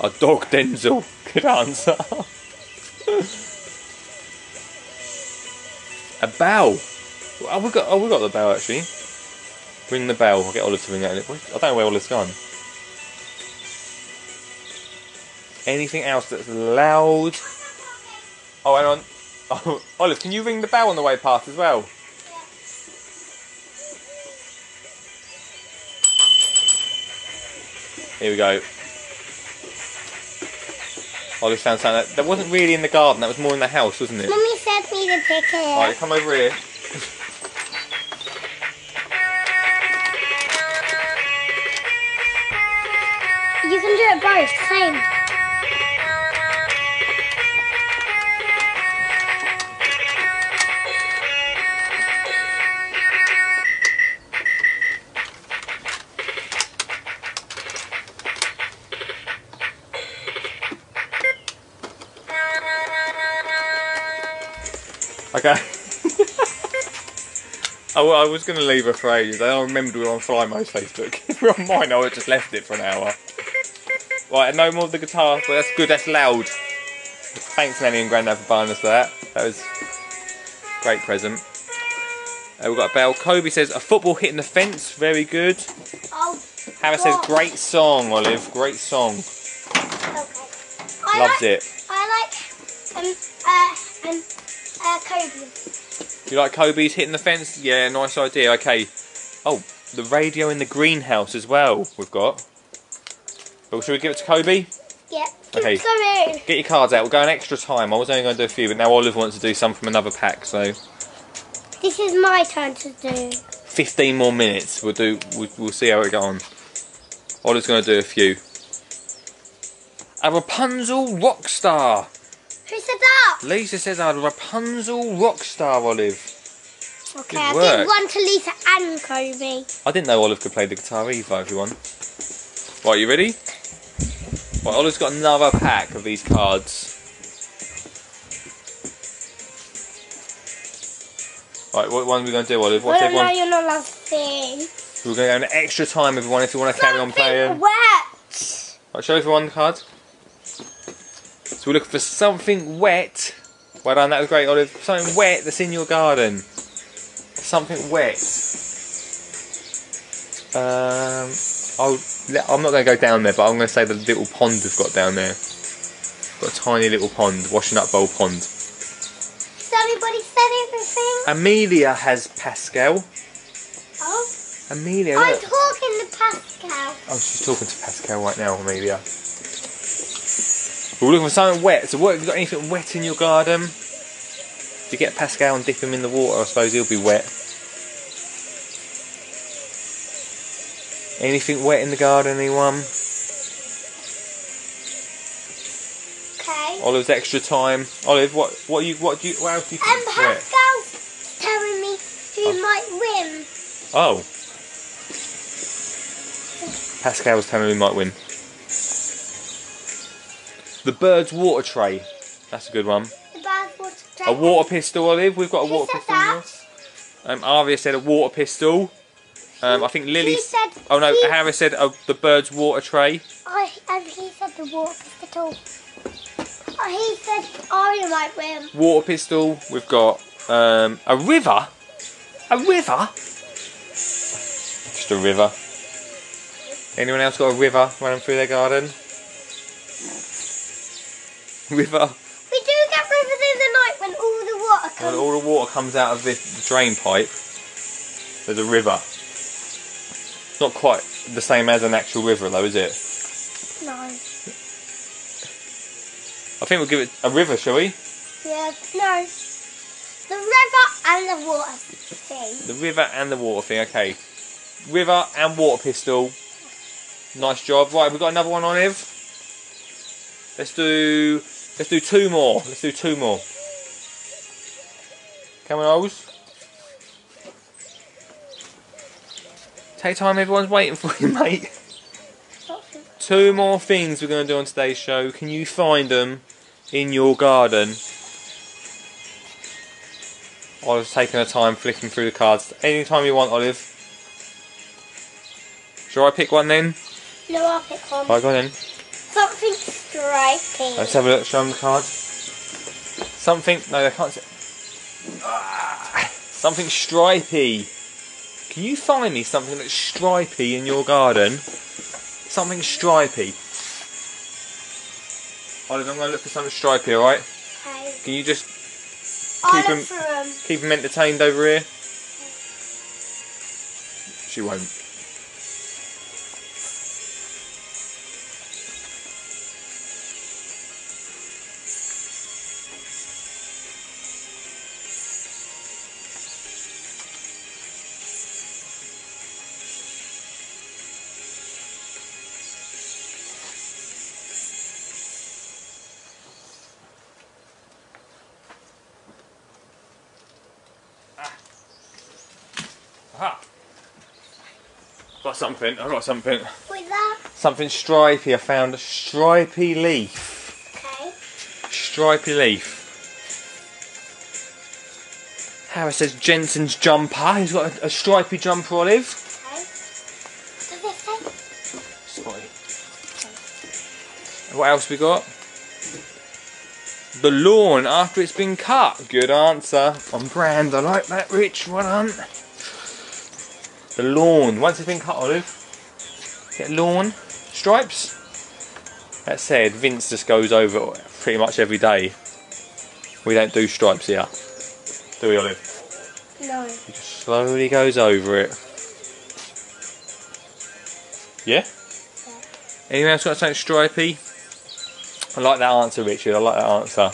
Our dog Denzel. Good answer. a bell. Oh, we got. Oh, we got the bell actually. Ring the bell. I'll get Olive to ring that. in it. I don't know where Olive's gone. Anything else that's loud? Oh, hang on. Oh, Olive, can you ring the bell on the way past as well? Here we go. Olive found something that, that wasn't really in the garden, that was more in the house, wasn't it?
Mummy sent me to pick
Alright,
it.
come over here.
You can do it both, same.
Okay. Oh, well, I was going to leave her for ages. I remembered we were on Flymo's Facebook. if we were on mine, I would have just left it for an hour. Right, no more of the guitar, but that's good, that's loud. Thanks, Nanny and Grandad, for buying us that. That was a great present. Uh, we've got a bell. Kobe says, a football hitting the fence. Very good.
Oh,
Hannah says,
Wow.
great song, Olive. Great song.
okay.
Loves it.
I like um uh um uh Kobe.
You like Kobe's hitting the fence? Yeah, nice idea. Okay. Oh, the radio in the greenhouse as well. We've got. Well, should we give it to Kobe?
Yeah.
Okay.
Sorry.
Get your cards out. We're going extra time. I was only going to do a few, but now Olive wants to do some from another pack. So
This is my turn to do.
15 more minutes. We'll do. We'll, we'll see how it goes on. Olive's going to do a few. A Rapunzel rock star.
Who said that?
Lisa says a Rapunzel rock star. Olive.
Okay,
Good
I
work.
did one to Lisa and Kobe.
I didn't know Olive could play the guitar either. Everyone. Right, you ready? Right, Olive's got another pack of these cards. Right, what one are we going to do, Olive? What's
Well,
everyone?
Oh, no, you're not allowed to sing.
We're going to go an extra time, everyone, if you want to carry on
Something
playing.
wet.
Right, show everyone the cards. So we're looking for something wet. Well done, that was great, Olive. Something wet that's in your garden. Something wet. Um, oh, le- I'm not going to go down there, but I'm going to say the little pond we've got down there. Got a tiny little pond, washing up bowl pond.
Has anybody said everything?
Uh, Amelia has Pascal.
Oh,
Amelia.
I'm
look.
talking to Pascal.
Oh, she's talking to Pascal right now, Amelia. We're looking for something wet. So, what have you got anything wet in your garden? If you get Pascal and dip him in the water, I suppose he'll be wet. Anything wet in the garden, anyone?
Okay.
Olive's extra time. Olive, what, what you, what do you, what else do you
Um,
think's wet?
Pascal's telling me who might win.
Oh. Pascal was telling me we might win. The bird's water tray. That's a good one.
The bad water
A
dragon.
water pistol, Olive. We've got a
Who
water
said
pistol. in
that?
there. Um, Aria said a water pistol. Um, I think Lily.
He said.
Oh no,
he-
Harry said uh, the bird's water tray.
I and he said the water pistol. Uh, he said Arya might win.
Water pistol. We've got um, a river. A river. Just a river. Anyone else got a river running through their garden? River.
We do get rivers in the night when all the water
When
comes.
all the water comes out of this drain pipe, there's a river. Not quite the same as an actual river, though, is it?
No.
I think we'll give it a river, shall we?
Yeah. No. The river and the water thing.
The river and the water thing, okay. River and water pistol. Nice job. Right, we've got another one, Olive. Let's do let's do two more. Let's do two more. Come on, Oz. Take time, everyone's waiting for you, mate. Two more things we're gonna do on today's show. Can you find them in your garden? Olive's taking her time flicking through the cards. Any time you want, Olive. Shall I pick one then?
No, I'll pick one.
Right, go on then.
Something striking.
Let's have a look. Show them the cards. Something. No, they can't. See. Ah, something stripy. Can you find me something that's stripy in your garden? Something stripy. Olive, I'm going to look for something stripy. All right.
Okay.
Can you just
I
Keep
look
'em-
for um, 'em.
keep them entertained over here? She won't. Aha! Got something. I got something.
With that.
Something stripy. I found a stripy leaf.
Okay.
Stripy leaf. Harris says Jensen's jumper. He's got a, a stripy jumper, Olive.
Okay. Does it say?
Sorry. What else we got? The lawn after it's been cut. Good answer. On brand. I like that, Rich. Well done. The lawn. Once it's been cut, Olive. Get lawn. Stripes. That said, Vince just goes over it pretty much every day. We don't do stripes here. Do we, Olive?
No.
He just slowly goes over it. Yeah? Anyone else got something stripy? I like that answer, Richard. I like that answer.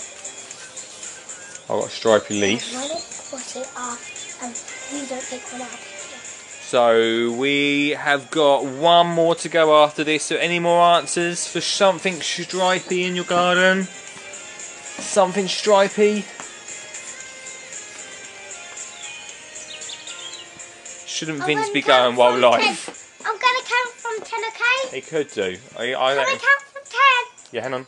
I've got a stripy leaf.
Run it, put it off, and you don't pick one up.
So we have got one more to go after this. So any more answers for something stripy in your garden? Something stripy? Shouldn't
I'm
Vince
gonna
be
count
going while
from
live?
10. I'm gonna count from ten, okay?
He could do. I, I
I'm gonna
don't.
count from ten.
Yeah, hang on.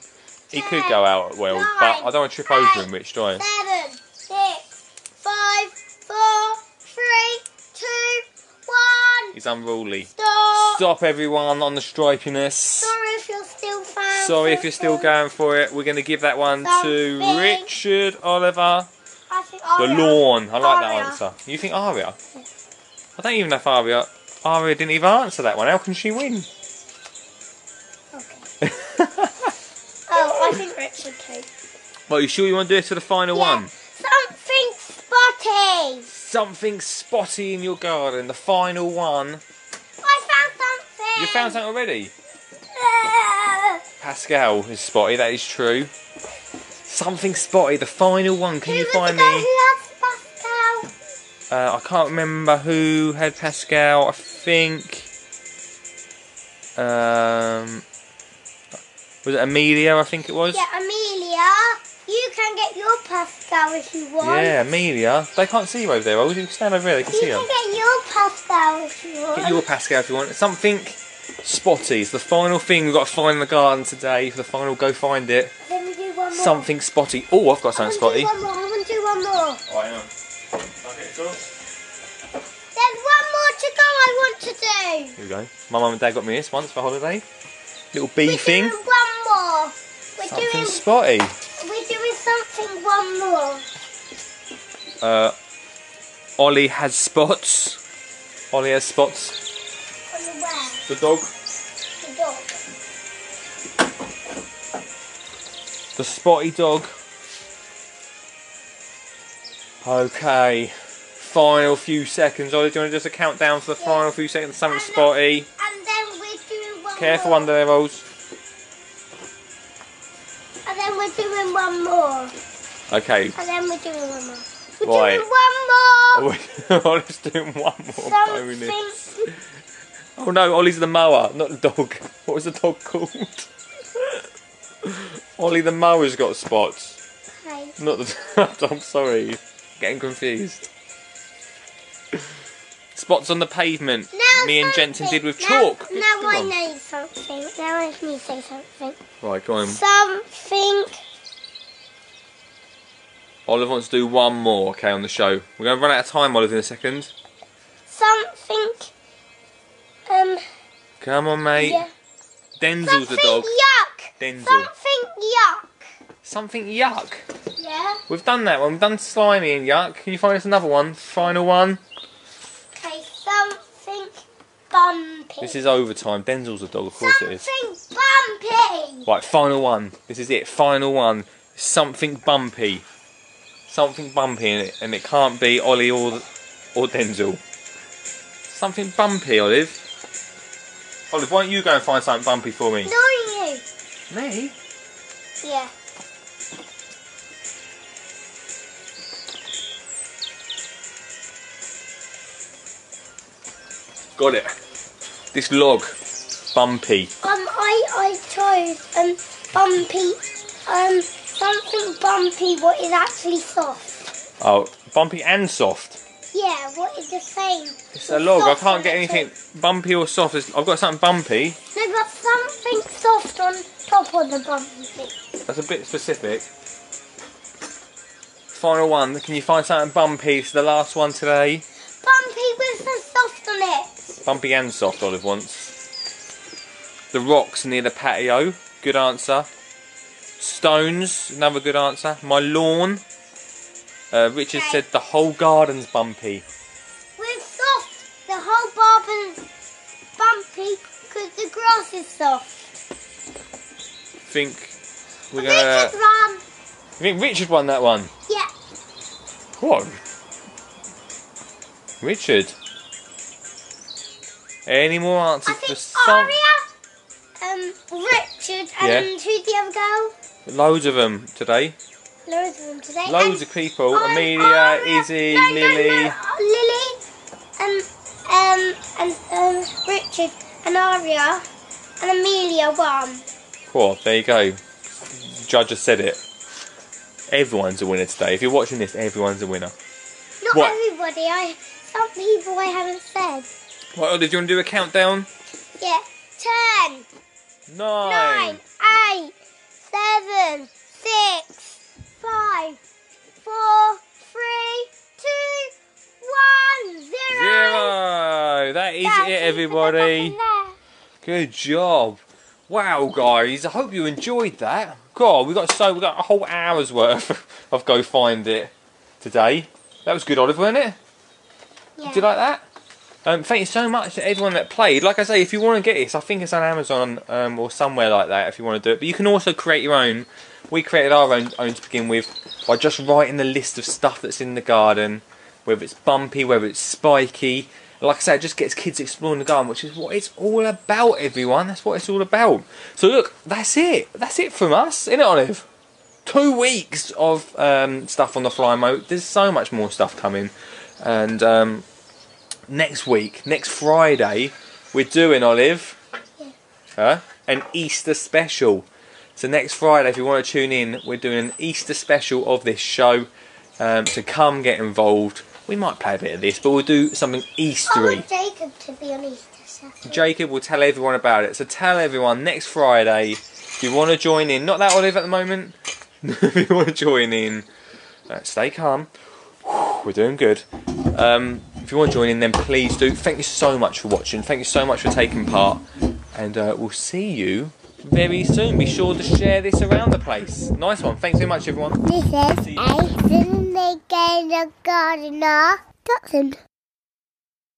He
Ten,
could go out well,
nine,
but I don't want to trip over him, Rich, do I?
Seven, six, five, four, three, two, one.
He's unruly.
Stop.
Stop everyone on the stripiness.
Oh. Sorry if you're still fan.
Sorry if you're still going for it. We're going to give that one to
Something.
Richard Oliver.
I think oh,
The
Aria-
lawn. I like that
Aria.
answer. You think Aria? I don't even know if Aria. Aria didn't even answer that one. How can she win?
Oh, I think Richard too.
Well, you sure you want to do it to the final one?
Something spotty.
Something spotty in your garden, the final one.
I found something.
You found something already?
Uh,
Pascal is spotty, that is true. Something spotty, the final one. Can
who
you
was
find
the guy
me?
who loves Pascal?
Uh, I can't remember who had Pascal. I think. Um, was it Amelia? I think it was.
Yeah, Amelia. You can get your Pascal if you want.
Yeah, Amelia. They can't see you over there. Well, you can stand over there. They can
You
see
can
you.
get your Pascal if you want.
Get your Pascal if you want. Something spotty. It's the final thing we've got to find in the garden today. For the final, go find it.
Let me do one more.
Something spotty. Oh, I've got
I
something
want to
spotty.
do one more. I want to do one more.
Oh, hang on. Okay, cool.
There's one more to go I want to do.
Here we go. My mum and dad got me this once for holiday. Little bee
We're
thing.
doing one more. We're
Something
doing,
spotty.
we're doing something one more.
Uh, Ollie has spots. Ollie has spots.
On the way.
The dog.
The dog.
The spotty dog. Okay. Final few seconds. Ollie, do you want to just a countdown for the final few seconds? Something spotty.
And then we're doing one
Careful
more.
under their rolls.
And then we're doing one more.
Okay.
And then we're doing one more. We're
Right.
doing one more.
Ollie's doing one more
Something.
bonus. Oh no, Ollie's the mower, not the dog. What was the dog called? Ollie the mower's got spots.
Hi.
Not the. I'm sorry. Getting confused. Spots on the pavement.
Now
Me and
something-
Jensen did with
now-
chalk.
Now,
Go
I
on.
know something. Now I can say something.
Right, go on.
Something.
Olive wants to do one more, okay, on the show. We're going to run out of time, Olive, in a second.
Something. Um.
Come on, mate.
Yeah.
Denzel's
Something
the dog.
yuck.
Denzel.
Something yuck.
Something yuck.
Yeah.
We've done that one. We've done slimy and yuck. Can you find us another one? Final one.
Okay. Something bumpy.
This is overtime. Denzel's the dog, of course it is.
something bumpy.
Right, final one. This is it. Final one. Something bumpy. Something bumpy in it, and it can't be Ollie or or Denzel. Something bumpy, Olive. Olive, why don't you go and find something bumpy for me?
Annoying you.
Me?
Yeah.
Got it. This log, bumpy.
Um, I I chose um bumpy um something bumpy. What is actually soft?
Oh, bumpy and soft.
Yeah, what is the same?
It's a log. I
Soft
can't get
on the
anything bumpy or soft. It's- I've got something bumpy.
top. No, but something soft on top of the bumpy.
That's a bit specific. Final one. Can you find something bumpy? It's the last one today.
Bumpy with some soft on it.
Bumpy and soft olive once. The rocks near the patio. Good answer. Stones. Another good answer. My lawn. Uh, Richard
Okay.
said the whole garden's bumpy.
With soft, the whole barber's bumpy because the grass is soft.
Think we're
Richard
gonna.
run.
I think Richard won that one.
Yeah.
What? Richard. Any more
I
answers for
think
some?
Aria, um, Richard, and who's the other girl?
Loads of them today.
Loads of them today.
Loads
and
of people.
Um,
Oh, Amelia,
Aria-
Izzy,
no, no,
Lily.
no, uh, Lily, um, um, and um, Richard, and Aria, and Amelia won.
Cool, there you go. Judge has said it. Everyone's a winner today. If you're watching this, everyone's a winner.
Not
What?
everybody. I some people I haven't said.
Right, Ollie, do oh, you want to do a countdown?
Yeah. Ten, nine,
Nine.
eight, seven, six, five, four, three, two, one, zero.
Zero. That is
That's
it,
it,
everybody.
there's nothing there.
Good job. Wow, guys. I hope you enjoyed that. God, we got so we got a whole hour's worth of go find it today. That was good, Olive, wasn't it?
Yeah.
Did you like that? Um, thank you so much to everyone that played. Like I say, if you want to get this, I think it's on Amazon um, or somewhere like that. If you want to do it, but you can also create your own. We created our own, own to begin with by just writing the list of stuff that's in the garden, whether it's bumpy, whether it's spiky. Like I say, it just gets kids exploring the garden, which is what it's all about, everyone. That's what it's all about. So look, that's it. That's it from us, isn't it, Olive? two weeks of um, stuff on the fly mode. There's so much more stuff coming, and um, next week, next Friday, we're doing Olive, huh? An Easter special. So next Friday, if you want to tune in, we're doing an Easter special of this show. Um, so come get involved. We might play a bit of this, but we'll do something
I
Eastery.
want Jacob to be on Easter Saturday.
Jacob will tell everyone about it. So tell everyone next Friday if you want to join in. Not that Olive at the moment. if you want to join in, uh, stay calm. We're doing good. Um, if you want to join in, then please do. Thank you so much for watching. Thank you so much for taking part. And uh, we'll see you very soon. Be sure to share this around the place. Nice one. Thanks very much, everyone.
This is
See you.
a Disney Gardener Gardener Dotson.